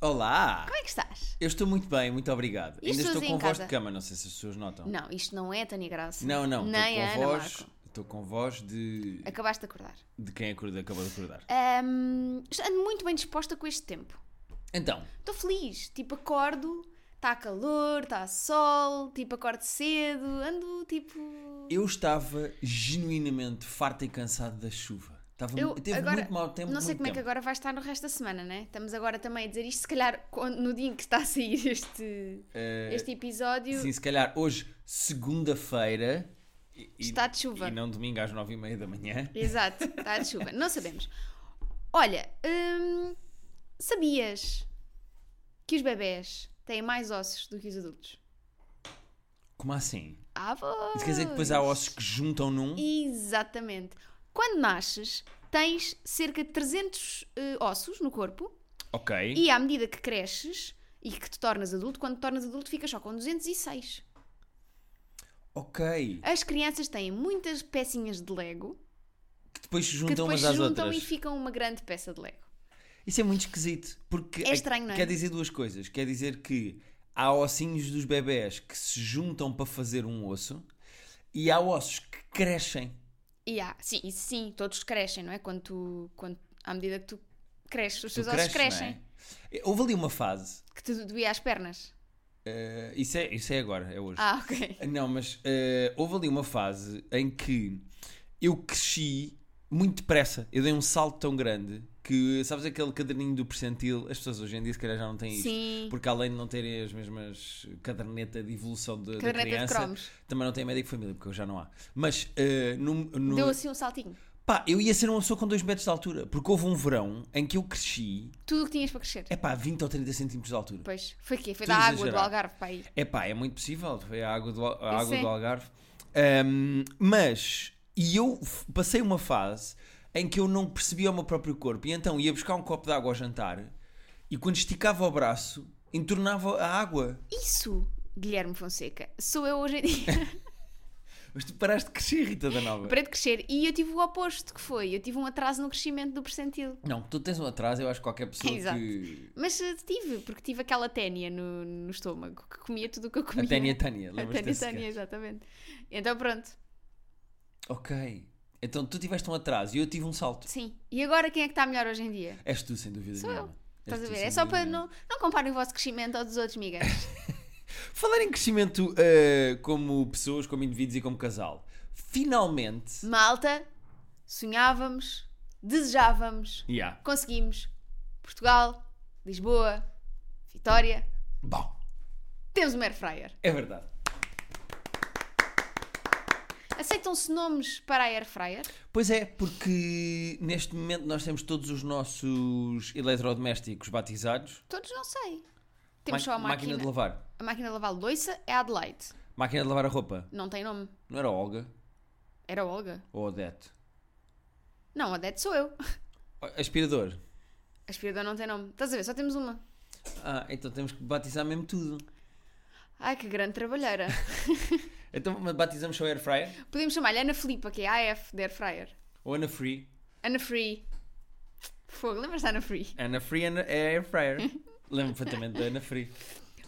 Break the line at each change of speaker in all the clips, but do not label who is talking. Olá!
Como é que estás?
Eu estou muito bem, muito obrigado.
E as
Ainda estou
pessoas
com
em
voz
casa?
de cama, não sei se as pessoas notam.
Não, isto não é a Tânia Graça.
não, não,
Nem a
estou
Ana
com voz.
Marco.
Estou com voz de.
Acabaste de acordar.
de quem acorda, acabou de acordar.
Ahm, ando muito bem disposta com este tempo.
Então,
Estou feliz. Tipo, acordo, está calor, está sol, tipo, acordo cedo, ando tipo.
eu estava genuinamente farto e cansado da chuva. Estava,
Eu
teve
agora,
muito mau tempo.
não sei
muito
como é que
tempo.
agora vai estar no resto da semana, né? Estamos agora também a dizer isto, se calhar quando- no dia em que está a sair este,
Eh,
este episódio,
Sim, se calhar hoje, segunda-feira. e- e-
Está de chuva.
E não domingo às nove e meia da manhã.
Exato, está de chuva. Não sabemos. Olha, hum, sabias que os bebés têm mais ossos do que os adultos?
Como assim?
Ah, pois.
Isso quer dizer que depois há ossos que juntam num.
Exatamente. Quando nasces, tens cerca de 300 eh, ossos no corpo
Ok.
e à medida que cresces e que te tornas adulto, quando te tornas adulto ficas só com 206.
Ok.
As crianças têm muitas pecinhas de Lego
Que depois se
que
juntam
depois
umas
se
às
juntam
outras.
e ficam uma grande peça de Lego.
Isso é muito esquisito. Porque
É estranho, não é?
Quer dizer duas coisas. Quer dizer que há ossinhos dos bebés que se juntam para fazer um osso e há ossos que crescem.
E há, sim, isso sim, todos crescem, não é? Quando tu, quando, à medida que tu cresces, os
Tu
teus ossos
cresces, não
crescem.
é? Houve ali uma fase.
Que te doía as pernas.
eh, isso, é, isso é agora, é hoje.
Ah, ok.
Não, mas eh, houve ali uma fase em que eu cresci muito depressa. Eu dei um salto tão grande que, sabes, aquele caderninho do percentil, as pessoas hoje em dia se calhar já não têm isso.
Sim.
Porque além de não terem as mesmas caderneta de evolução de, da
Caderneta de
criança,
cromos.
também não tem médico de família, porque eu já não há. Mas eh, no, no-
Deu assim um saltinho.
pá, eu ia ser uma pessoa com 2 metros de altura, porque houve um verão em que eu cresci,
Tudo o que tinhas para crescer.
é pá, 20 ou 30 centímetros de altura.
Pois, foi o quê? Foi
Estou
da
a
água do
exagerar.
Algarve para aí.
É pá, é muito possível, foi a água do, Al- a
Isso
água
é.
do Algarve. Ahm, mas, e eu f- passei uma fase em que eu não percebia o meu próprio corpo, e então ia buscar um copo de água ao jantar, e quando esticava o braço, entornava a água.
Isso, Guilherme Fonseca, sou eu hoje em dia.
Mas tu paraste de crescer, Rita da Nova.
Parei de crescer e eu tive o oposto que foi. Eu tive um atraso no crescimento do percentil.
Não, tu tens um atraso, eu acho que qualquer pessoa
Exato.
que.
Mas eh, tive, porque tive aquela ténia no, no estômago, que comia tudo o que eu comia.
A Tânia Tânia,
A
lembras-te
ténia,
desse
ténia,
gajo?
exatamente. Então pronto,
Ok. Então tu tiveste um atraso e eu tive um salto.
sim. E agora quem é que está melhor hoje em dia?
És tu, sem dúvida
Sou
nenhuma.
eu.
És
Estás a
tu,
ver?
sem
É só
dúvida
para
nenhuma.
não, não comparem o vosso crescimento ao dos outros, migas.
Falar em crescimento eh, como pessoas, como indivíduos e como casal. Finalmente.
Malta, sonhávamos, desejávamos,
Yeah.
conseguimos. Portugal, Lisboa, Vitória.
Bom,
Temos uma air fryer.
é verdade.
Aceitam-se nomes para a air fryer?
Pois é, porque neste momento nós temos todos os nossos eletrodomésticos batizados.
Todos não sei. Temos
Ma-
só a máquina.
de lavar.
A máquina de lavar louça é a Adelaide.
Máquina de lavar a roupa.
Não tem nome.
Não era Olga
Era a Olga.
ou Odete?
Não, a Dete sou eu.
Aspirador.
A aspiradora não tem nome. Estás a ver? Só temos uma.
Ah, então temos que batizar mesmo tudo.
Ai, que grande trabalheira.
Então mas batizamos só Air Fryer
Podemos chamar-lhe Ana Filipa, que é a AF da air fryer.
ou Ana Free?
Ana Free. Fogo, lembras da Ana Free?
Ana Free é Ana- é Air Fryer. Lembro-me perfeitamente da Ana Free.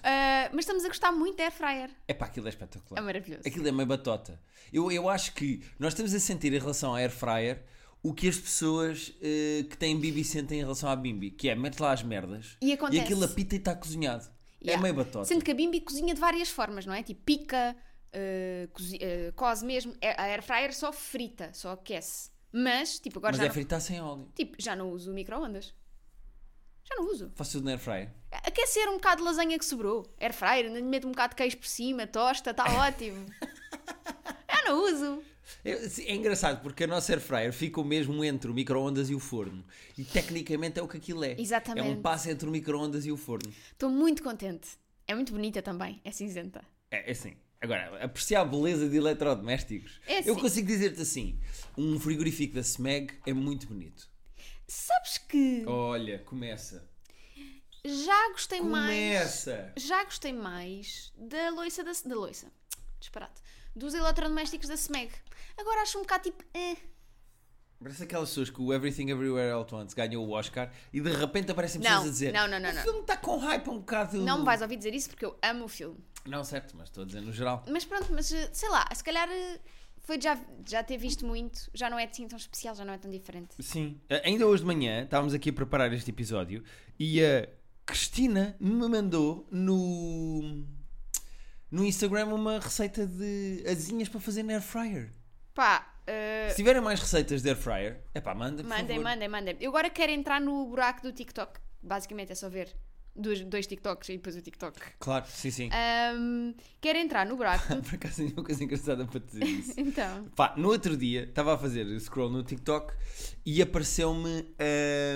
Ah, mas estamos a gostar muito da air fryer.
É pá, aquilo é
É
espetacular.
maravilhoso.
Aquilo é meio batota. Eu, eu acho que nós estamos a sentir em relação à Air Fryer o que as pessoas eh, que têm Bibi sentem em relação à Bimbi, que é mete lá as merdas
E acontece.
aquilo apita e está cozinhado. É
Yeah.
meio batota.
Sendo que a Bimbi cozinha de várias formas, não é? Tipo, pica, uh, cozi- uh, cose mesmo. É- A air fryer só frita, só aquece. Mas, tipo, agora
Mas
já,
é
não,
fritar sem óleo.
tipo, já não uso o micro-ondas. Já não uso.
Faço tudo na Air Fryer.
A- Aquecer um bocado de lasanha que sobrou. Air fryer, ainda lhe meto um bocado de queijo por cima, tosta, está ótimo. já não uso.
É, sim, é engraçado porque a nossa air fryer fica o mesmo entre o micro-ondas e o forno. E tecnicamente é o que aquilo é. É
Exatamente.
um passo entre o micro-ondas e o forno.
Estou muito contente. É muito bonita também, é cinzenta.
É, é assim. Agora, apreciar a beleza de eletrodomésticos.
É
Eu
sim.
consigo dizer-te assim: um frigorífico da SMEG é muito bonito.
Sabes que
Olha, começa.
já gostei mais.
Começa!
Já gostei mais da loiça da, da loiça. Disparate. Dos eletrodomésticos da SMEG. Agora acho um bocado tipo. eh.
Parece aquelas pessoas que o Everything Everywhere All at Once ganhou o Oscar e de repente aparecem pessoas
Não,
a dizer
não, não, não,
o
não."
filme está com hype um bocado.
Não me vais ouvir dizer isso porque eu amo o filme.
Não, certo, mas estou a dizer no geral.
Mas pronto, mas eh, sei lá, se calhar eh, foi de já, já ter visto muito, já não é assim tão especial, já não é tão diferente.
Sim. Ah, Ainda hoje de manhã estávamos aqui a preparar este episódio e a Cristina me mandou no, no Instagram uma receita de asinhas para fazer na air fryer.
Pá, eh,
Se tiverem mais receitas de air fryer, é pá, manda, por
mandem,
favor.
mandem, mandem. Eu agora quero entrar no buraco do TikTok. Basicamente é só ver dois, dois TikToks e depois o TikTok.
Claro, sim, sim.
Ah. Ahm, quero entrar no buraco. do-
Por acaso tenho uma coisa engraçada para te dizer isso.
então,
Pá, no outro dia estava a fazer scroll no TikTok e apareceu-me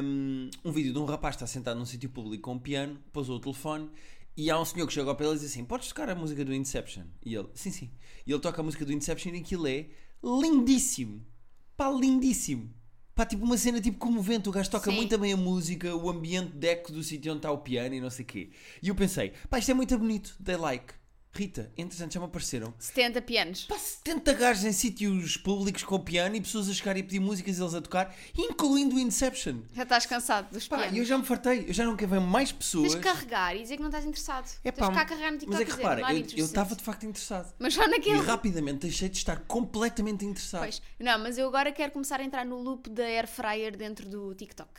hum, um vídeo de um rapaz que está sentado num sítio público com um piano, pousou o telefone e há um senhor que chega ao pé dele e diz assim: Podes tocar a música do Inception? E ele, sim, sim. E ele toca a música do Inception e aquilo é lindíssimo. Pá, lindíssimo. Pá, tipo uma cena tipo comovente. O gajo toca
Sim.
muito bem a música, o ambiente deco do sítio onde está o piano e não sei o quê. E eu pensei: pá, isto é muito bonito. Dei like. Rita, entretanto já me apareceram
70 pianos.
Pá, 70 gajos em sítios públicos com piano e pessoas a chegar e pedir músicas e eles a tocar, incluindo o Inception.
Já estás cansado dos
Pá,
pianos.
eu já me fartei, eu já não quero ver mais
Tens
pessoas.
que carregar e dizer que não estás interessado.
É
Tens
pá,
que ficar a carregar no TikTok
mas é
e
que
dizer,
repara,
não há
eu-
vídeos
eu estava
suficientes.
de facto interessado.
Mas só
E
naquele.
rapidamente deixei de estar completamente interessado.
Pois. Não, mas eu agora quero começar a entrar no loop da air fryer dentro do TikTok.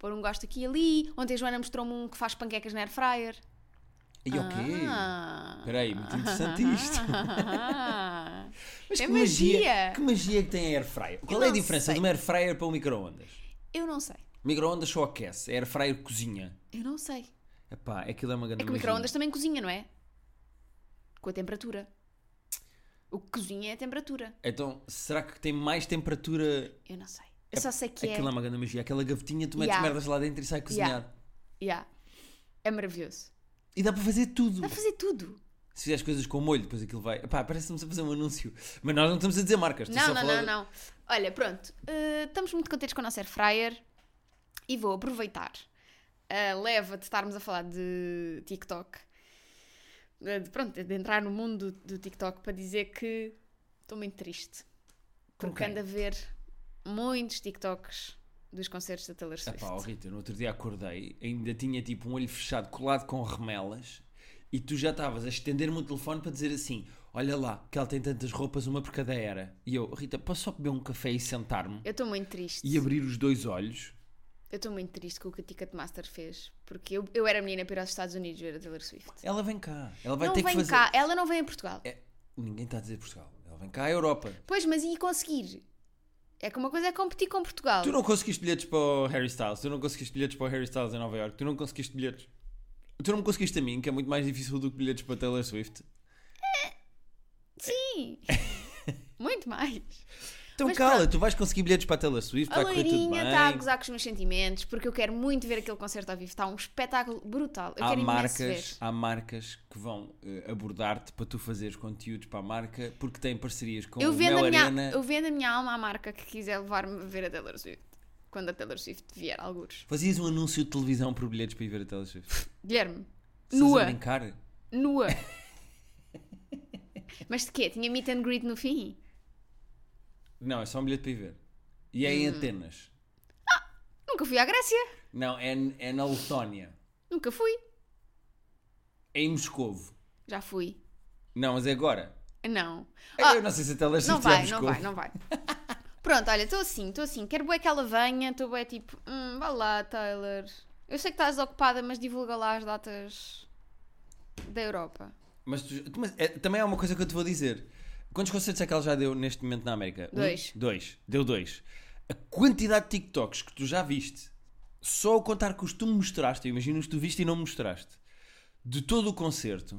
Pôr um gosto aqui e ali. Ontem a Joana mostrou-me um que faz panquecas na air fryer.
E ok.
Ah.
Espera aí, muito interessante isto.
Ah.
Mas
É
que magia.
magia.
Que magia que tem a air fryer? Qual
Eu
é a
não
diferença
sei.
de uma air fryer para um micro-ondas?
Eu não sei.
Micro-ondas só aquece, a air fryer cozinha.
Eu não sei.
Epá, aquilo é uma grande
É que o
magia.
micro-ondas também cozinha, não é? Com a temperatura. O que cozinha é a temperatura.
Então, será que tem mais temperatura
Eu não sei. Eu só sei que é.
Aquilo é uma grande magia. Aquela gavetinha, tu metes
Yeah.
merdas lá dentro e sai cozinhado.
Yeah. Yeah. É maravilhoso.
E dá para fazer tudo.
Dá a fazer tudo.
Se fizeres coisas com molho, depois aquilo vai. Pá, parece-nos a fazer um anúncio. Mas nós não estamos a dizer marcas. estou é só
Não,
a
não,
falar-
não, não. Olha, pronto. eh, estamos muito contentes com o nosso air fryer e vou aproveitar a leva de estarmos a falar de TikTok. eh, De, pronto, de entrar no mundo do, do TikTok para dizer que estou muito triste.
Com
Porque
quem?
ando a ver muitos TikToks dos concertos da Taylor Swift.
Epá, oh, Rita, no outro dia acordei, ainda tinha tipo um olho fechado colado com remelas e tu já estavas a estender-me o telefone para dizer assim: Olha lá, que ela tem tantas roupas, uma por cada era. E eu, Rita, posso só beber um café e sentar-me
Eu estou muito triste.
e abrir os dois olhos?
Eu estou muito triste com o que a Ticketmaster fez. Porque eu, eu era menina para ir aos Estados Unidos ver a Taylor Swift.
Ela vem cá, ela vai
não
ter
vem
que fazer.
cá, ela não vem a Portugal.
É, Ninguém está a dizer Portugal, ela vem cá à Europa.
Pois, mas e conseguir? É que uma coisa é competir com Portugal.
Tu não conseguiste bilhetes para o Harry Styles, tu não conseguiste bilhetes para o Harry Styles em Nova York, tu não conseguiste bilhetes. Tu não me conseguiste a mim, que é muito mais difícil do que bilhetes para Taylor Swift. é.
Sim! Muito mais.
Então
Mas
cala,
pronto.
tu vais conseguir bilhetes para a Taylor Swift,
A
vai correr Tá tudo
loirinha está a
bem.
gozar com os meus sentimentos, porque eu quero muito ver aquele concerto ao vivo. Está um espetáculo brutal. Eu
Há
quero
marcas,
imenso ver.
há marcas que vão eh, abordar-te para tu fazeres conteúdos para a marca porque têm parcerias com
Eu
o
vendo,
Mel
a minha,
Arena.
eu vendo a minha alma à marca que quiser levar-me a ver a Taylor Swift. Quando a Taylor Swift vier, algures.
Fazias um anúncio de televisão por bilhetes para ir ver a Taylor Swift.
Guilherme,
Estás a
nua.
brincar?
Nua. Mas de quê? Tinha meet and greet no fim?
Não, é só um bilhete para ir ver. E é em
Hum.
Atenas.
Nunca fui à Grécia.
Não, é, é na Letónia.
Nunca fui.
É em Moscovo.
Já fui.
Não, mas é agora.
Não. Ah,
É Eu não sei se a Taylor
não
Swift é
vai, não
Moscou.
vai, não vai. Pronto, olha, estou assim, estou assim. Quero bué que ela venha, estou bué tipo, hum, vá lá, Taylor. Eu sei que estás ocupada, mas divulga lá as datas da Europa.
Mas, tu- tu- mas é- também há uma coisa que eu te vou dizer. Quantos concertos é que ela já deu neste momento na América? Um?
Dois.
dois. Deu dois. A quantidade de TikToks que tu já viste, só ao contar que os tu me mostraste, eu imagino os que tu viste e não me mostraste, de todo o concerto,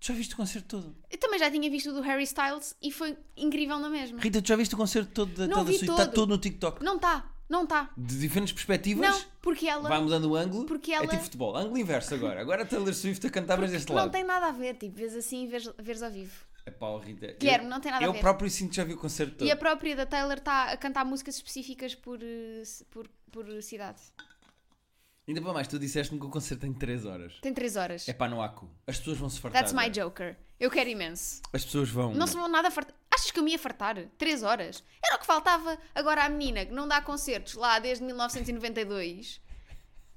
tu já viste o concerto todo.
Eu também já tinha visto o do Harry Styles e foi incrível na mesma.
Rita, tu já viste o concerto todo da
Não
Taylor
vi
Swift? Está
todo.
todo no TikTok.
Não está, não está.
De diferentes perspectivas,
Não, porque ela
vai mudando o ângulo.
Porque
É
ela-
tipo futebol. Ângulo inverso agora. Agora a Taylor Swift a cantar, mas deste
não
lado.
tem nada a ver, tipo, vês assim e vês, vês ao vivo.
Epá, oh, Rita,
Guilherme,
eu-
não tem nada a
eu
ver.
próprio sinto que já vi o concerto todo.
E a própria da Taylor está a cantar músicas específicas por, eh, ci- por, por cidade.
Ainda para mais, tu disseste-me que o concerto tem 3 horas.
Tem 3 horas.
É pá, não há cu. As pessoas vão se fartar.
That's my
velho.
Joker. Eu quero imenso.
As pessoas vão.
Não se vão nada fartar. Achas que eu me ia fartar? Três horas? Era o que faltava agora à menina que não dá concertos lá desde 1992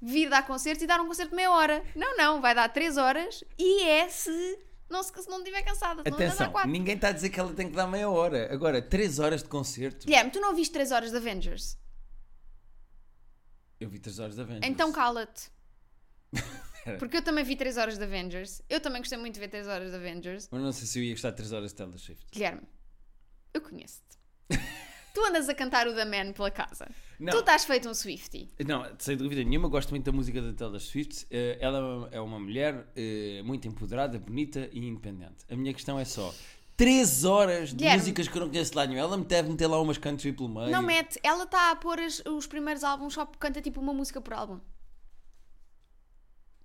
vir dar concertos e dar um concerto de meia hora. Não, não, vai dar três horas e é se não, se, se não estiver cansada. senão vai dar
Atenção,
quatro.
ninguém está a dizer que ela tem que dar meia hora. Agora, 3 horas de concerto.
Guilherme, tu não viste 3 horas de Avengers?
Eu vi 3 horas da Avengers.
Então cala-te. Porque eu também vi 3 horas de Avengers. Eu também gostei muito de ver 3 horas de Avengers.
Mas não sei se eu ia gostar de 3 horas de Taylor Swift.
Guilherme, eu conheço-te. tu andas a cantar o The Man pela casa.
Não.
Tu estás feito um Swifty.
Não, sem dúvida nenhuma, gosto muito da música da Taylor Swift. Eh, Ela é uma- é uma mulher eh, muito empoderada, bonita e independente. A minha questão é só: 3 horas de
Guilherme.
músicas que eu não conheço de lá nenhum. Ela me deve meter lá umas country pelo meio.
Não mete. Ela está a pôr as- os primeiros álbuns só porque canta tipo uma música por álbum.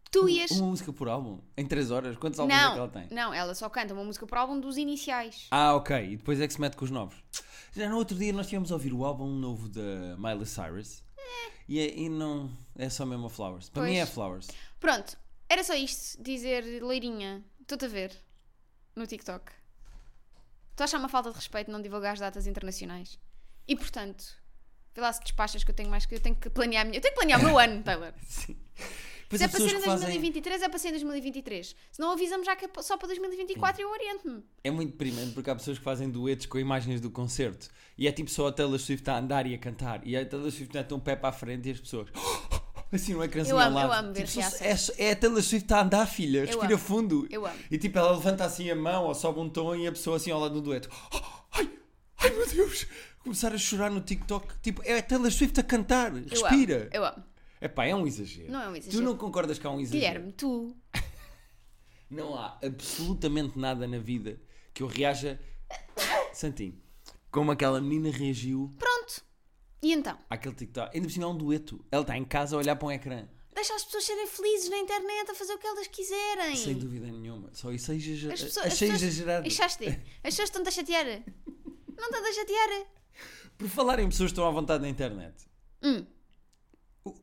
Tu ias.
Uma música por álbum? Em 3 horas? Quantos Um, álbuns é que ela
Não,
tem?
não, ela só canta uma música por álbum dos iniciais.
Ah, ok. E depois é que se mete com os novos. Já no outro dia nós tínhamos a ouvir o álbum novo da Miley Cyrus. E, é- e não. É só mesmo a Flowers. Para mim
Pois.
é a Flowers.
Pronto, era só isto. Dizer, Leirinha, estou-te a ver no TikTok. Tu achas uma falta de respeito não divulgar as datas internacionais? E portanto, vê lá se despachas que eu tenho mais que. Eu tenho que planear a minha. Eu tenho que planear o meu ano, Taylor.
Pois
se é
as
para ser
pessoas
em
que fazem.
2023, é para ser em 2023. Se não avisamos já que é só para 2024 eu oriento-me.
É muito deprimente porque há pessoas que fazem duetos com imagens do concerto e é tipo só a Taylor Swift a andar e a cantar e a Taylor Swift mete um pé para a frente e as pessoas assim não é
Eu
criancinha
amo-
ao lado.
eu amo ver
Tipo, só- é,
reações.
é a Taylor Swift a andar, filha, respira
amo.
fundo.
Eu amo.
E tipo ela levanta assim a mão ou sobe um tom e a pessoa assim ao lado do dueto. Ai, ai meu Deus! Começar a chorar no TikTok. Tipo, é a Taylor Swift a cantar,
Eu
respira.
amo. Eu amo.
É pá, é um exagero.
Não é um
Tu
exagero.
não concordas que há um exagero?
Guilherme, tu.
Não há absolutamente nada na vida que eu reaja. Santinho. Como aquela menina reagiu
Pronto. E então?
àquele TikTok. Ainda por cima é um dueto. Ela está em casa a olhar para um ecrã.
Deixa as pessoas serem felizes na internet a fazer o que elas quiserem.
Sem dúvida nenhuma. Só isso é exagerado.
As pessoas,
Achei
as pessoas- é-
exagerado.
Achaste? As pessoas estão-te a chatear? Não estão a chatear?
Por falar em pessoas que estão à vontade na internet.
Hum.
O-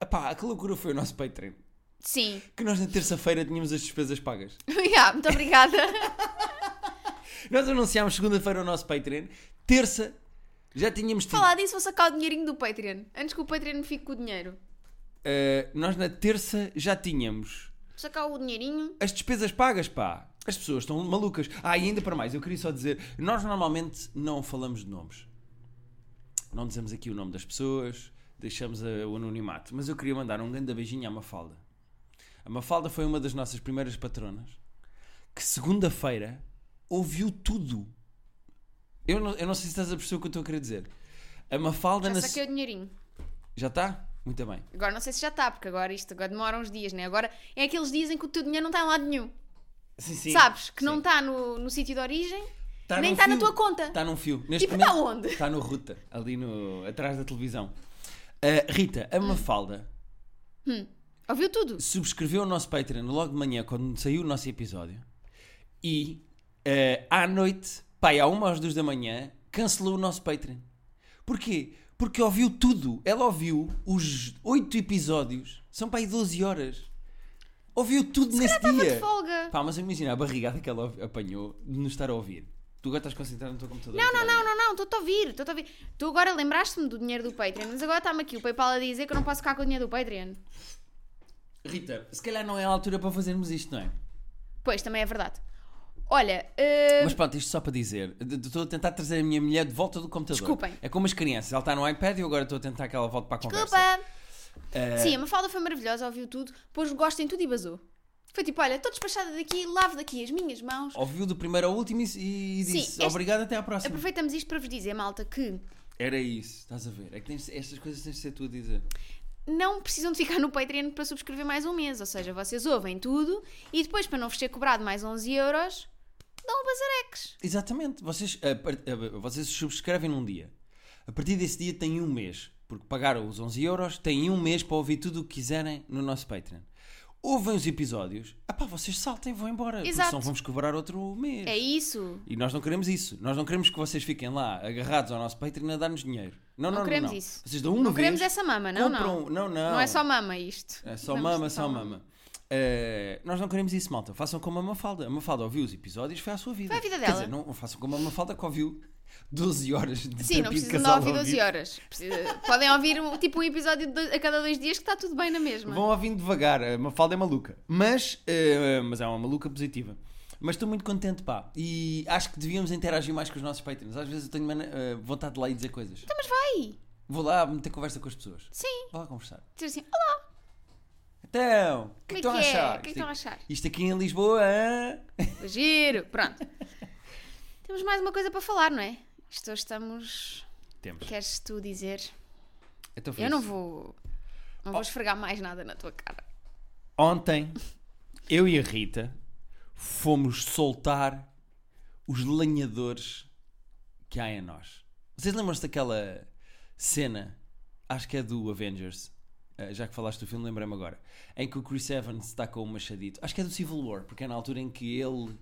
Epá, que loucura foi o nosso Patreon.
Sim.
Que nós na terça-feira tínhamos as despesas pagas.
Ya, muito obrigada.
Nós anunciámos segunda-feira o nosso Patreon. Terça já tínhamos tido.
Falar disso, vou sacar o dinheirinho do Patreon. Antes que o Patreon me fique com o dinheiro.
Eh, nós na terça já tínhamos
Vou sacar o dinheirinho.
as despesas pagas, pá. As pessoas estão malucas. Ah, e ainda para mais, eu queria só dizer: nós normalmente não falamos de nomes. Não dizemos aqui o nome das pessoas, deixamos eh, o anonimato. Mas eu queria mandar um grande beijinho à Mafalda. A Mafalda foi uma das nossas primeiras patronas que segunda-feira ouviu tudo. Eu não, eu não sei se estás a perceber o que eu estou a querer dizer. A Mafalda.
Já
na
saquei o dinheirinho.
se- Já está? Muito bem.
Agora não sei se já está, porque agora isto agora demora uns dias, né? Agora é aqueles dias em que o teu dinheiro não está em lado nenhum.
Sim, sim.
Sabes? Que não
Sim.
está no, no sítio de origem,
Tá
nem
num
está na
fio.
tua conta.
Está num fio. Neste
Tipo, está onde?
Está no Ruta, ali no, atrás da televisão. Uh, Rita, a Mafalda
Ouviu tudo?
subscreveu o nosso Patreon logo de manhã, quando saiu o nosso episódio, e uh, à noite, pai, à uma às duas da manhã, cancelou o nosso Patreon. Porquê? Porque ouviu tudo. Ela ouviu os oito episódios, são pai 12 horas. Ouviu tudo nesse
Estava de
dia.
folga.
Pá, mas imagina a barrigada que ela apanhou de nos estar a ouvir. Tu agora estás concentrado no teu computador. um
Não, não, não, não, não, estou-te a ouvir, estou-te a ouvir. Tu agora lembraste-me do dinheiro do Patreon, mas agora está-me aqui o PayPal a dizer que eu não posso ficar com o dinheiro do Patreon.
Rita, se calhar não é a altura para fazermos isto, não é?
Pois, também é verdade. Olha, eh,
Mas pronto, isto só para dizer. de- de- Estou a tentar trazer a minha mulher de volta do computador.
Desculpem.
É como as crianças. Ela está no iPad e eu agora estou a tentar que ela volte para a conversa. Eh,
desculpa. Eh, Sim, a Mafalda foi maravilhosa, ouviu tudo, pôs gosto em tudo e basou. Foi tipo, olha, estou despachada daqui, lavo daqui as minhas mãos.
Ouviu do primeiro ao último e, e
Sim,
disse
este- É
obrigado, até à próxima.
Aproveitamos isto para vos dizer, malta, que
Era isso, estás a ver. É que tens- estas coisas tens de ser tu a dizer.
não precisam de ficar no Patreon para subscrever mais um mês. Ou seja, vocês ouvem tudo e depois, para não vos ser cobrado mais 11 euros, dão o bazareques.
Exatamente. Vocês, a par- a- vocês subscrevem num dia. A partir desse dia têm um mês. Porque pagaram os 11 euros, têm um mês para ouvir tudo o que quiserem no nosso Patreon. Ouvem os episódios. Ah pá, vocês saltem e vão embora. Porque
Exato.
senão vamos cobrar outro mês.
É isso.
E nós não queremos isso. Nós não queremos que vocês fiquem lá agarrados ao nosso Patreon a dar-nos dinheiro. Não, não, não
queremos
não.
isso.
Vocês dão um uma
Não
vez,
queremos essa mama, não, não.
compram... Não, não.
Não é só mama isto.
É só
Vamos-
mama, só mama. Eh, nós não queremos isso, malta. Façam como a Mafalda. A Mafalda ouviu os episódios, foi à sua vida.
Foi à vida
Quer
dela.
dizer, não façam como a Mafalda que ouviu 12 horas de
Sim, não
terapia de
precisam de
casal
ouvir
ao
12
vivo.
horas. Precisa- Podem ouvir um- tipo um episódio de dois- a cada dois dias que está tudo bem na mesma.
Vão ouvindo devagar, a Mafalda é maluca. Mas, eh, mas é uma maluca positiva. Mas estou muito contente, pá. E acho que devíamos interagir mais com os nossos patrons. Às vezes eu tenho mana- eh, vontade de lá e dizer coisas.
Então, mas vai!
Vou lá meter conversa com as pessoas.
Sim,
Vou lá conversar.
dizer assim: olá,
Então, o que
como é
estão
que
a
é? O que
achar?
é que
Isto-
estão a achar?
Isto aqui em Lisboa, hã?
Giro, pronto. Temos mais uma coisa para falar, não é? Isto hoje estamos.
Temos.
Queres tu dizer?
Então foi
é Eu não
isso.
vou. Não vou esfregar mais nada na tua cara.
Ontem, eu e a Rita fomos soltar os lenhadores que há em nós. Vocês lembram-se daquela cena, acho que é do Avengers, eh, já que falaste do filme, lembrei-me agora, em que o Chris Evans está com o machadito. Acho que é do Civil War, porque é na altura em que ele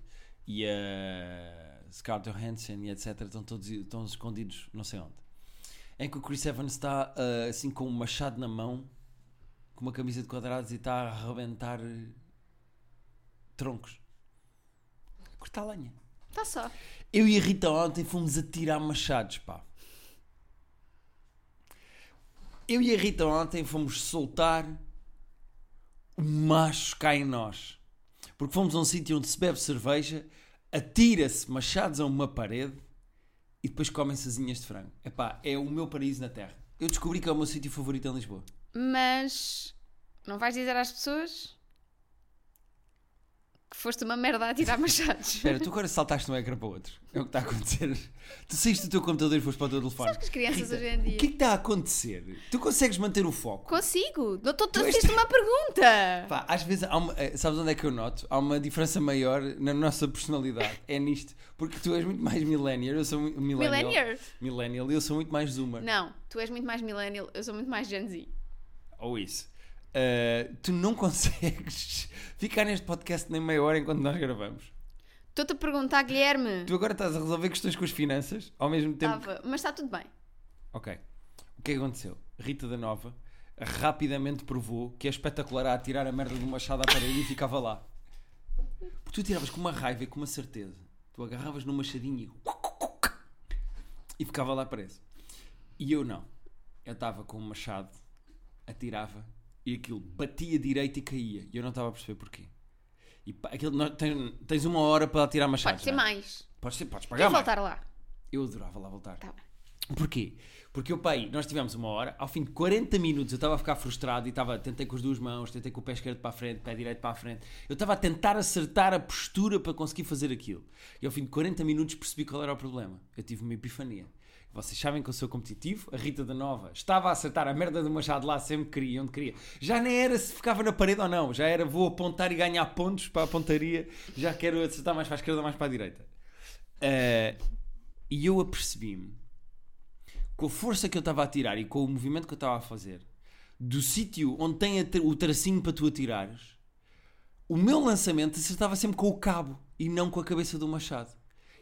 e a Scarlett Johansson e etc. estão todos estão escondidos, não sei onde. Em que o Chris Evans está eh, assim com um machado na mão com uma camisa de quadrados e está a arrebentar eh, troncos. A cortar lenha.
Está Tá só.
Eu e a Rita ontem fomos atirar machados, pá. Eu e a Rita ontem fomos soltar o macho cá em nós. Porque fomos a um sítio onde se bebe cerveja, atira-se machados a uma parede e depois comem-se asinhas de frango. Epá, é o meu paraíso na terra. Eu descobri que é o meu sítio favorito em Lisboa.
Mas. Não vais dizer às pessoas. que foste uma merda a tirar machados.
Espera, tu agora saltaste de um ecrã para o outro. É o que está a acontecer. Tu saíste do teu computador e foste para o teu telefone.
Sabes que as crianças
Rita,
hoje em
O
dia.
que é que está a acontecer? Tu consegues manter o foco?
Consigo! Não estou
Tu és-
a uma pergunta!
Pá, às vezes, há uma- eh, sabes onde é que eu noto? Há uma diferença maior na nossa personalidade. É nisto. Porque tu és muito mais millennial, eu sou muito millennial.
Millennial?
Millennial e eu sou muito mais zoomer.
Não, tu és muito mais millennial, eu sou muito mais Gen Z.
Ou isso. Eh, tu não consegues ficar neste podcast nem meia hora enquanto nós gravamos.
Estou-te a perguntar, Guilherme.
Tu agora estás a resolver questões com as finanças, ao mesmo tempo
Tava- Mas está tudo bem.
Ok. O que é que aconteceu? Rita da Nova rapidamente provou que é espetacular a atirar a merda de um machado à parede e ficava lá. Porque tu tiravas com uma raiva e com uma certeza. Tu agarravas no machadinho e... e ficava lá preso. E eu não. Eu estava com um machado, atirava e aquilo batia direito e caía. E eu não estava a perceber porquê. E pá, aquilo, não- tens, tens uma hora para atirar machados.
Pode ser
não é?
mais.
Podes, ser, podes pagar
Quer
mais.
voltar lá?
Eu adorava lá voltar.
Tá bem.
Porquê? Porque eu, pai, nós tivemos uma hora, ao fim de 40 minutos eu estava a ficar frustrado e estava, tentei com as duas mãos, tentei com o pé esquerdo para a frente, pé direito para a frente. Eu estava a tentar acertar a postura para conseguir fazer aquilo. E ao fim de 40 minutos percebi qual era o problema. Eu tive uma epifania. Vocês sabem que eu sou competitivo, a Rita da Nova estava a acertar a merda do Machado lá sempre que queria, onde queria. Já nem era se ficava na parede ou não, já era vou apontar e ganhar pontos para a pontaria, já quero acertar mais para a esquerda ou mais para a direita. Eh, e eu apercebi-me com a força que eu estava a tirar e com o movimento que eu estava a fazer, do sítio onde tem a tra- o tracinho para tu atirares, o meu lançamento acertava sempre com o cabo e não com a cabeça do machado.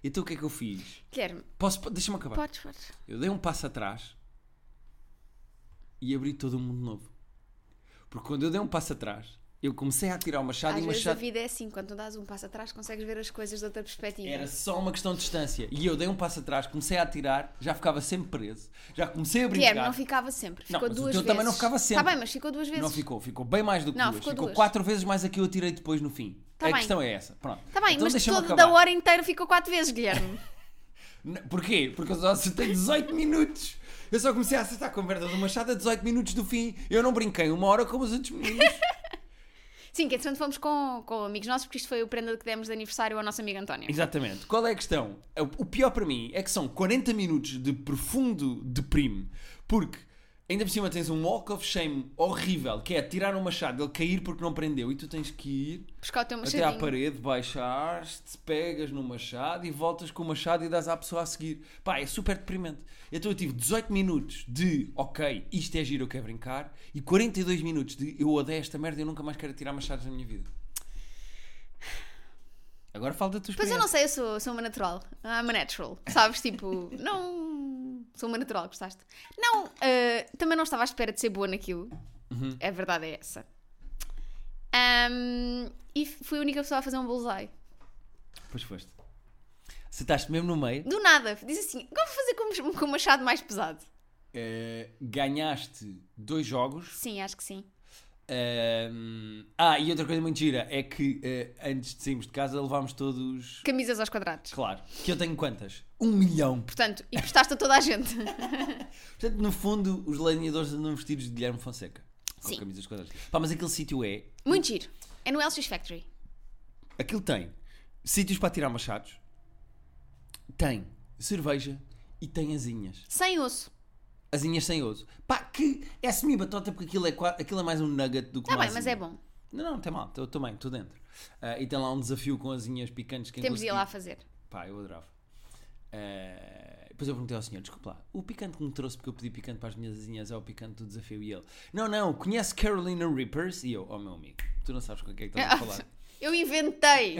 Então o que é que eu fiz?
Guilherme,
Posso, deixa-me acabar.
podes, podes.
Eu dei um passo atrás e abri todo um mundo novo. Porque quando eu dei um passo atrás, eu comecei a atirar o machado
Às
e o
vezes a
machado
vida é assim, quando tu dás um passo atrás consegues ver as coisas de outra perspectiva.
Era só uma questão de distância. E eu dei um passo atrás, comecei a atirar, já ficava sempre preso, já comecei a brincar.
Guilherme não ficava sempre,
Não,
ficou
mas o
duas
teu
vezes.
também não ficava sempre.
Está bem, mas ficou duas vezes.
Não
Está
ficou, ficou bem mais do que
Não,
duas.
ficou
Ficou,
duas.
quatro vezes mais a que eu atirei depois no fim.
Tá
a
bem. Tá
questão é essa. Pronto.
bem,
então
mas
deixa-me
toda
acabar.
da hora inteira ficou quatro vezes, Guilherme.
N- Porquê? Porque eu só acertei 18 minutos. Eu só comecei a acertar com a merda do Machado a 18 minutos do fim. Eu não brinquei uma hora como os outros meninos.
Sim, que entretanto fomos com, com amigos nossos, porque isto foi o prenda que demos de aniversário ao nosso amigo António.
Exatamente. Qual é a questão? O o pior para mim é que são 40 minutos de profundo deprime, porque ainda por cima tens um walk of shame horrível, que é tirar um machado, ele cair porque não prendeu, e tu tens que ir
Buscar o teu
até à
machadinho.
parede, baixaste, pegas no machado e voltas com o machado e dás à pessoa a seguir. Pá, é super deprimente. Então eu tive 18 minutos de ok, isto é giro, eu quero brincar, e 42 minutos de eu odeio esta merda e eu nunca mais quero tirar machados na minha vida. Agora falta a tua
Pois eu
experiência.
não sei, eu sou, sou uma natural. I'm a natural. Sabes? Tipo, não. Sou uma natural, gostaste? ah, Não, eh, também não estava à espera de ser boa naquilo. A verdade é essa. Ahm, e fui a única pessoa a fazer um bullseye.
Pois foste. Se estás mesmo no meio,
Do nada, diz assim: agora vou fazer com, com um machado mais pesado.
eh, ganhaste dois jogos.
Sim, acho que sim.
Ehm, ah, e outra coisa muito gira é que eh, antes de sairmos de casa levámos todos.
Camisas aos quadrados.
Claro. Que eu tenho quantas? Um milhão.
Portanto, e prestaste a toda a gente.
Portanto, no fundo, os lenhadores andam vestidos de Guilherme Fonseca. Com
Sim.
camisas quadradas. Pá, mas aquele sítio é.
Muito giro. É no Elsie's Factory.
Aquilo tem sítios para tirar machados, tem cerveja e tem asinhas.
Sem osso.
Asinhas sem osso. Pá, que é semi-batota porque aquilo é, qua- aquilo é mais um nugget do que
Está
uma
bem, mas
asinha.
é bom.
Não, não, tem mal, estou bem, estou dentro. Ah, e tem lá um desafio com asinhas picantes que
Temos de ir lá fazer.
Pá, eu adorava. Ah, depois eu perguntei ao senhor, desculpa lá, o picante que me trouxe porque eu pedi picante para as minhas asinhas é o picante do desafio e ele, não, não, conhece Carolina Reapers? E eu, oh meu amigo, tu não sabes com o que é que estás a falar.
Eu inventei!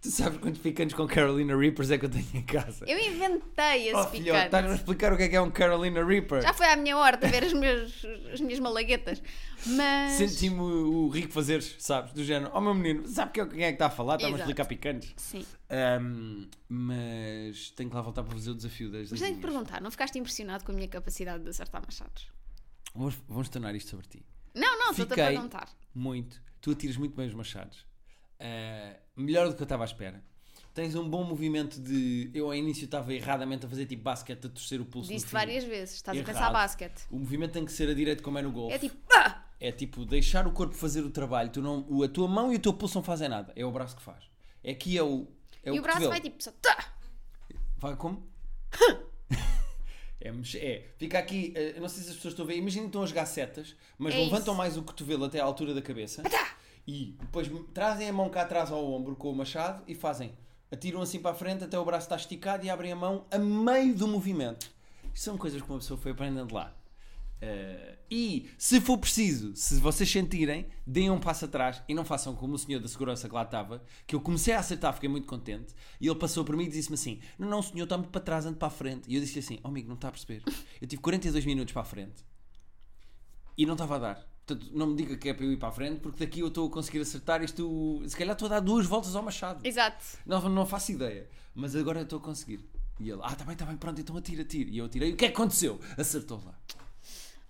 tu sabes quantos picantes com Carolina Reapers é que eu tenho em casa?
Eu inventei esse
oh filhote, estás-me a
picante.
explicar o que é que é um Carolina Reaper?
Já foi à minha hora de ver as, meus, as minhas malaguetas. Mas.
Senti-me o, o rico fazeres, sabes, do género, oh meu menino, sabe quem é quem é que está a falar? Está-me a
Exato.
explicar picantes.
Sim.
Ahm, mas tenho que lá voltar para fazer o desafio das
Mas tenho que
asinhas.
perguntar: não ficaste impressionado com a minha capacidade de acertar machados?
Vamos, vamos tornar isto sobre ti.
Não, não, estou-te a
Fiquei.
perguntar.
Muito. Tu atiras muito bem os machados. Ah, melhor do que eu estava à espera. Tens um bom movimento de. Eu ao início estava erradamente a fazer tipo basquete, a torcer o pulso. no
Disse-te
fim.
várias vezes: estás a pensar
Errado.
basquete.
O movimento tem que ser a direito, como é no golfe.
É tipo. pá!
É tipo deixar o corpo fazer o trabalho. Tu não, o- a tua mão e o teu pulso não fazem nada. É o braço que faz. É aqui é o. É
e o braço
cotovelo.
vai tipo. Só, tá!
Vai como? é, mex- é, fica aqui, eh, eu não sei se as pessoas estão a ver, imagina que estão a jogar setas, mas
É
levantam
isso.
mais o cotovelo até à altura da cabeça e depois m- trazem a mão cá atrás ao ombro com o machado e fazem, atiram assim para a frente até o braço está esticado e abrem a mão a meio do movimento. Isto são coisas que uma pessoa foi aprendendo lá. Eh, e se for preciso, se vocês sentirem, deem um passo atrás e não façam como o senhor da segurança que lá estava, que eu comecei a acertar, fiquei muito contente. E ele passou por mim e disse-me assim: Não, não, o senhor está muito para trás, ande para a frente. E eu disse-lhe assim: Oh, amigo, não está a perceber. Eu tive 42 minutos para a frente e não estava a dar. Portanto, não me diga que é para eu ir para a frente, porque daqui eu estou a conseguir acertar isto. Se calhar estou a dar duas voltas ao machado.
Exato.
Não, não faço ideia. Mas agora eu estou a conseguir. E ele: Ah, está bem, está bem, pronto, então atira, atira. E eu atirei. O que é que aconteceu? Acertou lá.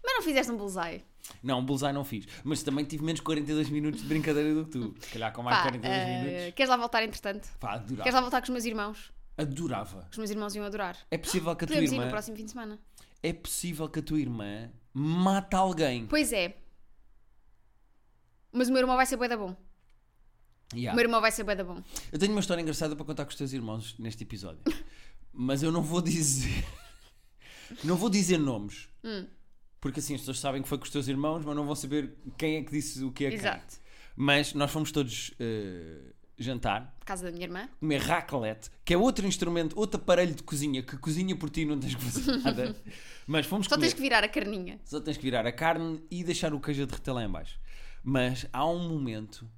Mas não fizeste um bullseye.
Não, um bullseye não fiz. Mas também tive menos 42 minutos de brincadeira do que tu. Se calhar com mais
Pá,
42
eh,
minutos. Tá.
queres lá voltar entretanto?
Pá,
Queres
adorava.
lá voltar com os meus irmãos?
Adorava.
Os meus irmãos iam adorar.
É possível que a tua
Podemos ir no
irmã.
próximo fim de semana.
É possível que a tua irmã mate alguém.
Pois é. Mas o meu irmão vai ser bué da bom. O
Tá. Yeah.
meu irmão vai ser bué da bom.
Eu tenho uma história engraçada para contar com os teus irmãos neste episódio. Mas eu não vou dizer. Não vou dizer nomes.
Hum.
Porque assim as pessoas sabem que foi com os teus irmãos, mas não vão saber quem é que disse o que é que.
Exato.
Mas nós fomos todos eh, jantar
Por causa da minha irmã.
comer raclette, que é outro instrumento, outro aparelho de cozinha que cozinha por ti, não tens que fazer nada. Mas fomos
Só
comer.
tens que virar a carninha.
Só tens que virar a carne e deixar o queijo a derreter lá em baixo. Mas há um momento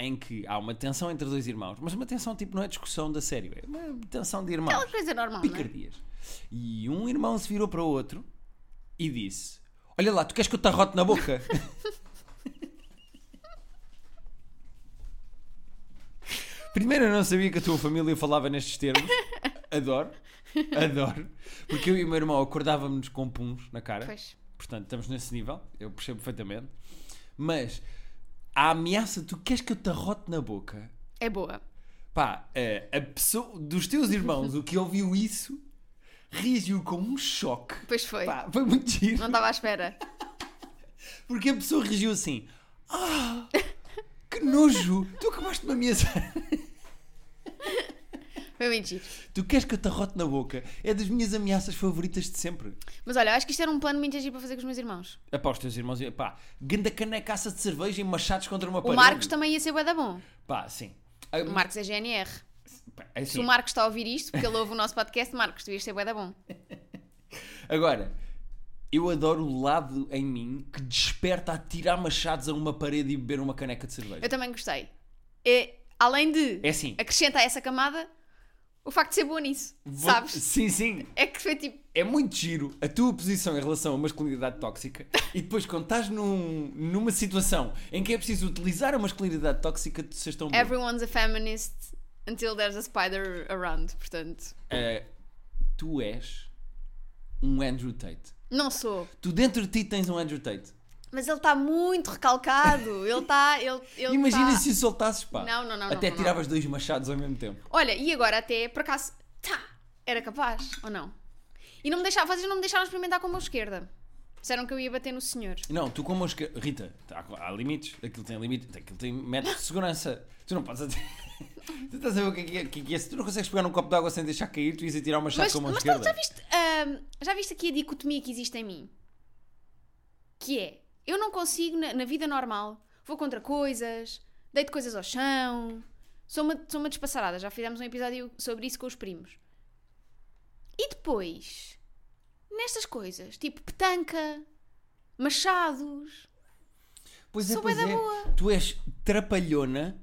em que há uma tensão entre dois irmãos, mas uma tensão tipo não é discussão da sério, é uma tensão de irmãos,
Aquela coisa normal, não é?
picardias. E um irmão se virou para o outro e disse: Olha lá, tu queres que eu te arrote na boca? Primeiro, eu não sabia que a tua família falava nestes termos. Adoro, adoro. Porque eu e o meu irmão acordávamos com puns na cara.
Pois.
Portanto, estamos nesse nível, eu percebo perfeitamente. Mas a ameaça, tu queres que eu te arrote na boca?
É boa.
Pá, eh, a pessoa dos teus irmãos, o que ouviu isso, reagiu com um choque.
Pois foi.
Pá, foi muito giro.
Não estava à espera.
Porque a pessoa reagiu assim: Ah, que nojo, tu acabaste de me ameaçar.
Foi mentir.
Tu queres que eu te arrote na boca? É das minhas ameaças favoritas de sempre.
Mas olha, eu acho que isto era um plano muito agir para fazer com os meus irmãos.
Apá, os teus irmãos, pá, ganda canecaça de cerveja e machados contra uma
O
parede.
Marcos também ia ser bué da bom.
Pá, sim. Ah,
O Marcos é GNR.
Pá, é
Se o
assim.
Marcos está a ouvir isto, porque ele ouve o nosso podcast, Marcos, tu ias ser bué da bom.
Agora, eu adoro o lado em mim que desperta a tirar machados a uma parede e beber uma caneca de cerveja.
Eu também gostei. E, além de
É assim.
acrescenta a essa camada O facto de ser boa nisso,
Vou-
sabes?
Sim, sim.
É que foi tipo,
É muito giro a tua posição em relação à masculinidade tóxica e depois quando estás num- numa situação em que é preciso utilizar a masculinidade tóxica, tu seres tão bom.
everyone's a feminist until there's a spider around, portanto.
Eh, tu és um Andrew Tate.
Não sou.
Tu dentro de ti tens um Andrew Tate.
Mas ele está muito recalcado. Ele está. Ele, ele
Imagina
tá-
se o soltasses, pá.
Não, não, não,
Até
não, não.
tiravas dois machados ao mesmo tempo.
Olha, e agora até, por acaso, tá, era capaz, ou não? E não me deixaram, vocês não me deixaram experimentar com a mão esquerda. Disseram que eu ia bater no senhor.
Não, tu como os... Rita, tá, há limites. Aquilo tem limite. Aquilo tem método de segurança. Tu não podes... até- tu estás a ver o que é que é, o que é que é? Se tu não consegues pegar num copo de água sem deixar cair, tu ias a tirar uma chave
Mas,
com a mão
mas tu
esquerda.
já viste, ahm, já viste aqui a dicotomia que existe em mim? Que é, eu não consigo, na, na vida normal, vou contra coisas, deito coisas ao chão, sou uma, sou uma despassarada. Já fizemos um episódio sobre isso com os primos. E depois, nestas coisas, tipo petanca, machados,
Pois é.
Sou bué da boa.
Tu és trapalhona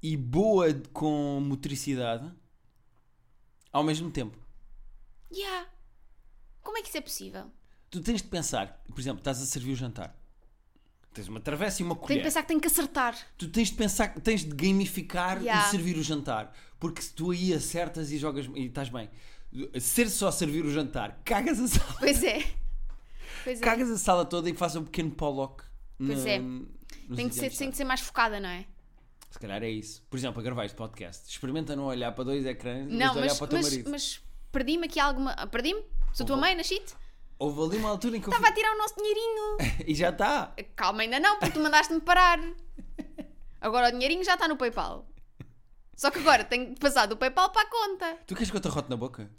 e boa de- com motricidade ao mesmo tempo.
Yeah. Como é que isso é possível?
Tu tens de pensar, por exemplo, estás a servir o jantar. Tens uma travessa e uma colher.
Tenho que pensar que tenho que acertar.
Tu tens de pensar, que tens de gamificar
Yeah.
o servir o jantar. Porque se tu aí acertas e jogas e estás bem. Ser só servir o jantar, cagas a sala,
Pois é. Pois é.
cagas a sala toda e faz um pequeno pollock.
Pois é.
nos
Tem que, ser,
exames de
tem que ser mais focada, não é?
Se calhar é isso. Por exemplo, a gravar este podcast. Experimenta não olhar para dois ecrãs e
Não,
olhar
mas,
para o teu
mas,
marido. Uhum.
mas perdi-me aqui alguma. ah, Perdi-me? Sou tua
Vou-
mãe, nasci-te?
Houve ali uma altura em que eu
Estava a tirar o nosso dinheirinho.
fui... E já está.
Calma, ainda não, porque tu mandaste-me parar. Agora o dinheirinho já está no PayPal. Só que agora tenho de passar do PayPal para a conta.
Tu queres que eu te arrote na boca?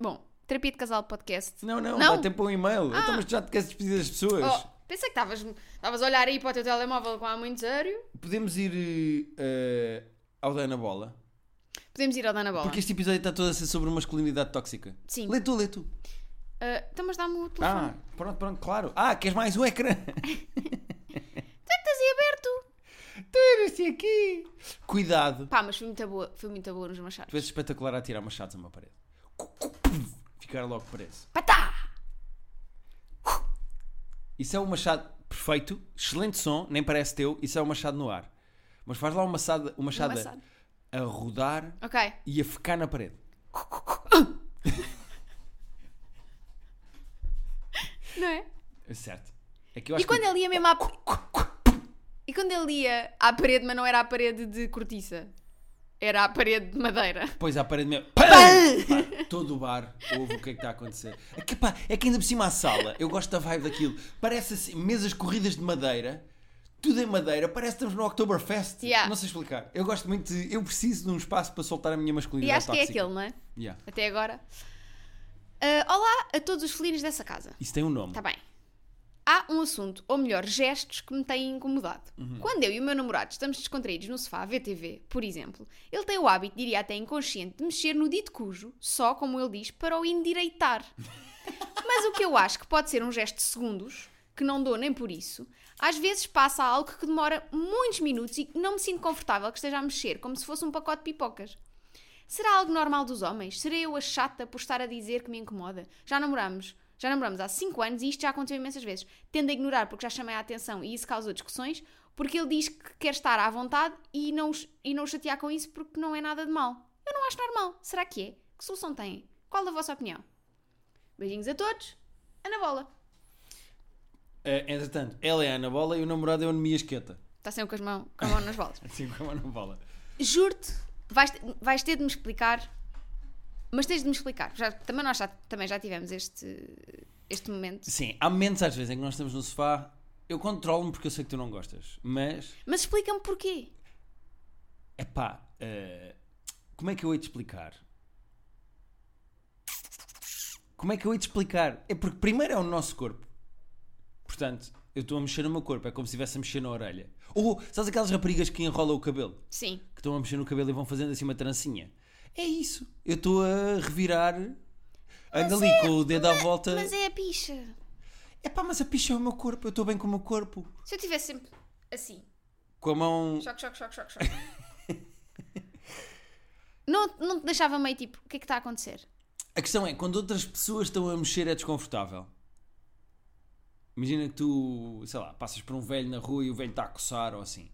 Bom, terapia de casal podcast.
Não, não.
Não?
Dá tempo para um e-mail.
Ah.
Então, mas tu já te queres despedir das pessoas.
Oh, pensei que estavas estavas a olhar aí para o teu telemóvel com há muito sério.
Podemos ir eh, ao Dai na Bola?
Podemos ir ao Dana Bola.
Porque este episódio está todo a ser sobre masculinidade tóxica.
Sim.
Lê tu, lê tu.
Ah, então, mas dá-me o telefone.
Ah, pronto, pronto, claro. Ah, queres mais um ecrã?
Estás aí aberto. assim
Tira-se aqui. Cuidado.
Pá, mas foi muito boa, foi muito boa nos machados.
Tu és espetacular a tirar machados a uma parede. Ficar logo preso.
Patá!
Isso é um machado perfeito, excelente som, nem parece teu. Isso é um machado no ar. Mas faz lá uma machada, uma machada
machado.
a rodar
Ok.
e a ficar na parede.
Não é?
Certo. É que
E
eu acho
quando
que...
ele ia mesmo à... E quando ele ia à parede, mas não era à parede de cortiça. Era à parede de madeira.
Depois à parede mesmo. Pam! Pá, todo o bar ouve o que é que está a acontecer. É que, pá, é que ainda por cima a sala, eu gosto da vibe daquilo. Parece assim, mesas corridas de madeira, tudo em madeira, parece que estamos no Oktoberfest.
Yeah.
Não sei explicar. Eu gosto muito de. Eu preciso de um espaço para soltar a minha
E
masculinidade.
acho que é
tóxica.
aquele, não é?
Yeah.
Até agora. Ah, olá a todos os felinos dessa casa.
Isso tem um nome.
Está Tá bem. Há um assunto, ou melhor, gestos que me têm incomodado. Quando eu e o meu namorado estamos descontraídos no sofá VTV, por exemplo, ele tem o hábito, diria até inconsciente, de mexer no dito cujo, só como ele diz, para o endireitar. Mas o que eu acho que pode ser um gesto de segundos, que não dou nem por isso, às vezes passa a algo que demora muitos minutos e não me sinto confortável que esteja a mexer, como se fosse um pacote de pipocas. Será algo normal dos homens? Serei eu a chata por estar a dizer que me incomoda? Já namoramos. Já namoramos há 5 anos e isto já aconteceu imensas vezes. Tendo a ignorar porque já chamei a atenção e isso causou discussões, porque ele diz que quer estar à vontade e não, os- e não o chatear com isso porque não é nada de mal. Eu não acho normal. Será que é? Que solução têm? Qual a vossa opinião? Beijinhos a todos. Ana Bola.
Eh, entretanto, ela é a Ana Bola e o namorado é o Nemias Queta.
Está sempre com, as mãos, com a mão nas bolas.
Assim como a Ana Bola.
Juro-te, vais, te- vais ter de me explicar, mas tens de me explicar. Já, também nós já, também já tivemos este, este momento.
Sim, há momentos às vezes em que nós estamos no sofá. Eu controlo-me porque eu sei que tu não gostas. Mas,
Mas explica-me porquê.
epá, eh, como é que eu hei de explicar? Como é que eu hei de explicar? É porque primeiro é o nosso corpo. Portanto, eu estou a mexer no meu corpo. É como se estivesse a mexer na orelha. Ou, sabes aquelas raparigas que enrolam o cabelo?
Sim.
Que estão a mexer no cabelo e vão fazendo assim uma trancinha. É isso. Eu estou a revirar. Anda ali com o dedo à volta.
é, Mas é a picha.
É pá, mas a picha é o meu corpo, eu estou bem com o meu corpo.
Se eu tivesse sempre assim,
Com a mão.
choque, choque, choque, choque, choque. Não, não te deixava meio tipo, o que é que está a acontecer?
A questão é, quando outras pessoas estão a mexer é desconfortável. Imagina que tu, sei lá, passas por um velho na rua e o velho está a coçar ou assim.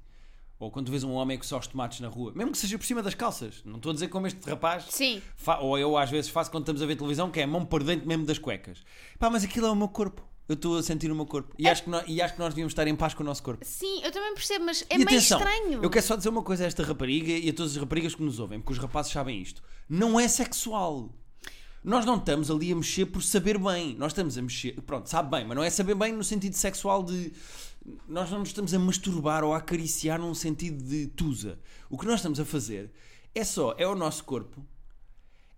Ou quando vês um homem a coçar os tomates na rua. Mesmo que seja por cima das calças. Não estou a dizer como este rapaz.
Sim.
fa- ou eu às vezes faço quando estamos a ver televisão, que é a mão por dentro mesmo das cuecas. Pá, mas aquilo é o meu corpo. Eu estou a sentir o meu corpo. E, acho que nós, e acho que nós devíamos estar em paz com o nosso corpo
Sim, eu também percebo, mas é
e
meio
atenção,
estranho.
Eu quero só dizer uma coisa a esta rapariga e a todas as raparigas que nos ouvem, porque os rapazes sabem isto. Não é sexual. Nós não estamos ali a mexer por saber bem. Nós estamos a mexer. Pronto, sabe bem, mas não é saber bem no sentido sexual de. Nós não nos estamos a masturbar ou a acariciar num sentido de tusa. O que nós estamos a fazer é só. É o nosso corpo.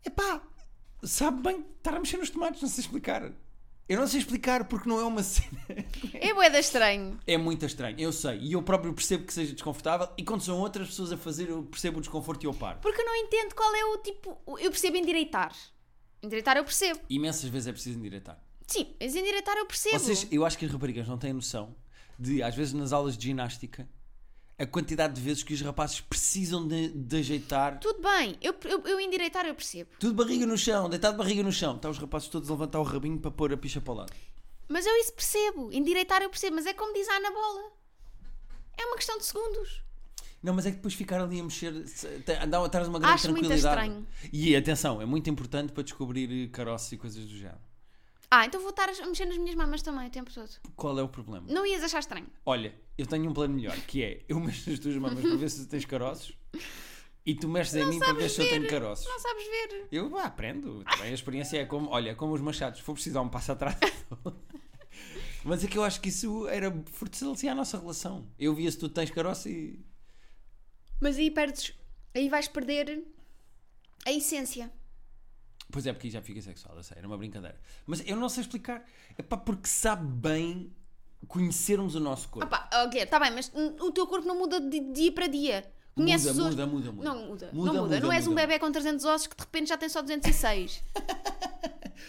Epá, sabe bem estar a mexer nos tomates, não sei explicar. Eu não sei explicar porque não é uma cena.
É boeda estranho.
É muito estranho, eu sei. E eu próprio percebo que seja desconfortável. E quando são outras pessoas a fazer, eu percebo o desconforto e eu paro.
Porque eu não entendo qual é o tipo. o- Eu percebo endireitar. Endireitar eu percebo.
Imensas vezes é preciso endireitar.
Sim, mas endireitar eu percebo.
Vocês, eu acho que as raparigas não têm noção de, às vezes, nas aulas de ginástica, a quantidade de vezes que os rapazes precisam de, de ajeitar.
Tudo bem, eu, eu, eu endireitar eu percebo.
Tudo barriga no chão, deitado de barriga no chão. Está os rapazes todos a levantar o rabinho para pôr a picha para o lado.
Mas eu isso percebo. Endireitar eu percebo, mas é como diz a Ana Bola. É uma questão de segundos.
Não, mas é que depois ficar ali a mexer se- te- dá- traz uma grande
Acho muito
tranquilidade.
estranho.
E atenção, é muito importante para descobrir caroços e coisas do género.
Ah, então vou estar a mexer nas minhas mamas também o tempo todo.
Qual é o problema?
Não ias achar estranho.
Olha, eu tenho um plano melhor, que é eu mexo nas tuas mamas para ver se tu tens caroços e tu mexes em mim para ver
sabes
se eu tenho
ver.
caroços.
Não sabes ver.
Eu vá, aprendo. Também a experiência é como, olha, como os machados, vou precisar um passo atrás. Mas é que eu acho que isso era fortalecer a nossa relação. Eu via se tu tens caroço e.
Mas aí perdes. Aí vais perder a essência.
Pois é, porque aí já fica sexual, eu sei, era uma brincadeira. Mas eu não sei explicar. É pá, porque sabe bem conhecermos o nosso corpo.
Opa, ok, está bem, mas hum, o teu corpo não muda de dia para dia. Conheces
muda,
hoje-
muda, muda, muda.
Não muda, não muda. não és um
muda.
bebê com 300 ossos que de repente já tem só 206.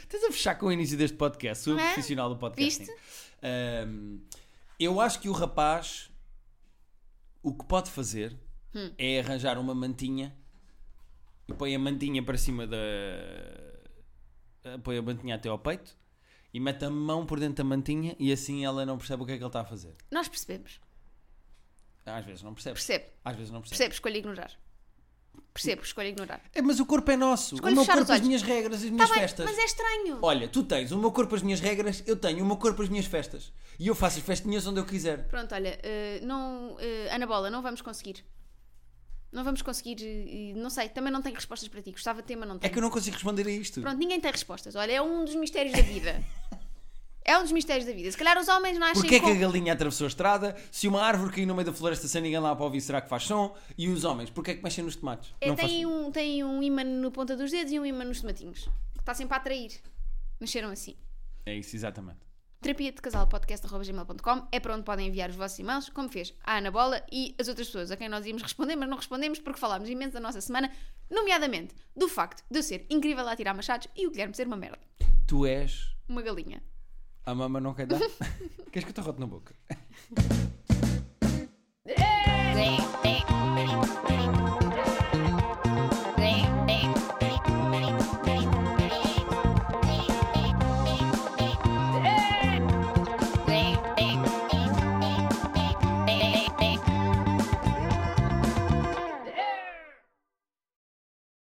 Estás a fechar com o início deste podcast, sou
Não é?
profissional do podcast.
Viste?
eu acho que o rapaz o que pode fazer
Hum.
é arranjar uma mantinha e põe a mantinha para cima da. põe a mantinha até ao peito e mete a mão por dentro da mantinha e assim ela não percebe o que é que ele está a fazer.
Nós percebemos.
Às vezes não percebe.
Percebo.
Às vezes não percebe.
Percebo, escolho ignorar. Percebo, escolho ignorar.
É, mas o corpo é nosso.
Escolhe
o meu
fechar os
corpo, as
olhos.
minhas regras, as minhas
Está bem,
festas.
mas é estranho.
Olha, tu tens o meu corpo, as minhas regras, eu tenho o meu corpo, as minhas festas. E eu faço as festinhas onde eu quiser.
Pronto, olha, eh, não, eh, Ana Bola, não vamos conseguir. Não vamos conseguir, eh, eh, não sei, também não tenho respostas para ti. Gostava de ter, mas não
É
tenho.
que eu não consigo responder a isto.
Pronto, ninguém tem respostas. Olha, é um dos mistérios da vida. é um dos mistérios da vida. Se calhar os homens nascem
Porquê é que
com...
a galinha atravessou a estrada? Se uma árvore cair no meio da floresta sem ninguém lá para ouvir, será que faz som? E os homens, porquê é que mexem nos tomates?
É,
não faz
tem,
som.
um, tem um imã no ponta dos dedos e um imã nos tomatinhos. Está sempre a atrair. Nasceram assim.
É isso, exatamente.
Terapia de casal podcast.gmail.com é para onde podem enviar os vossos e-mails, como fez a Ana Bola e as outras pessoas a quem nós íamos responder, mas não respondemos porque falámos imenso da nossa semana, nomeadamente do facto de eu ser incrível lá a tirar machados e o Guilherme ser uma merda.
Tu és
Uma galinha.
a mama não quer dar? Queres que eu te rote na boca?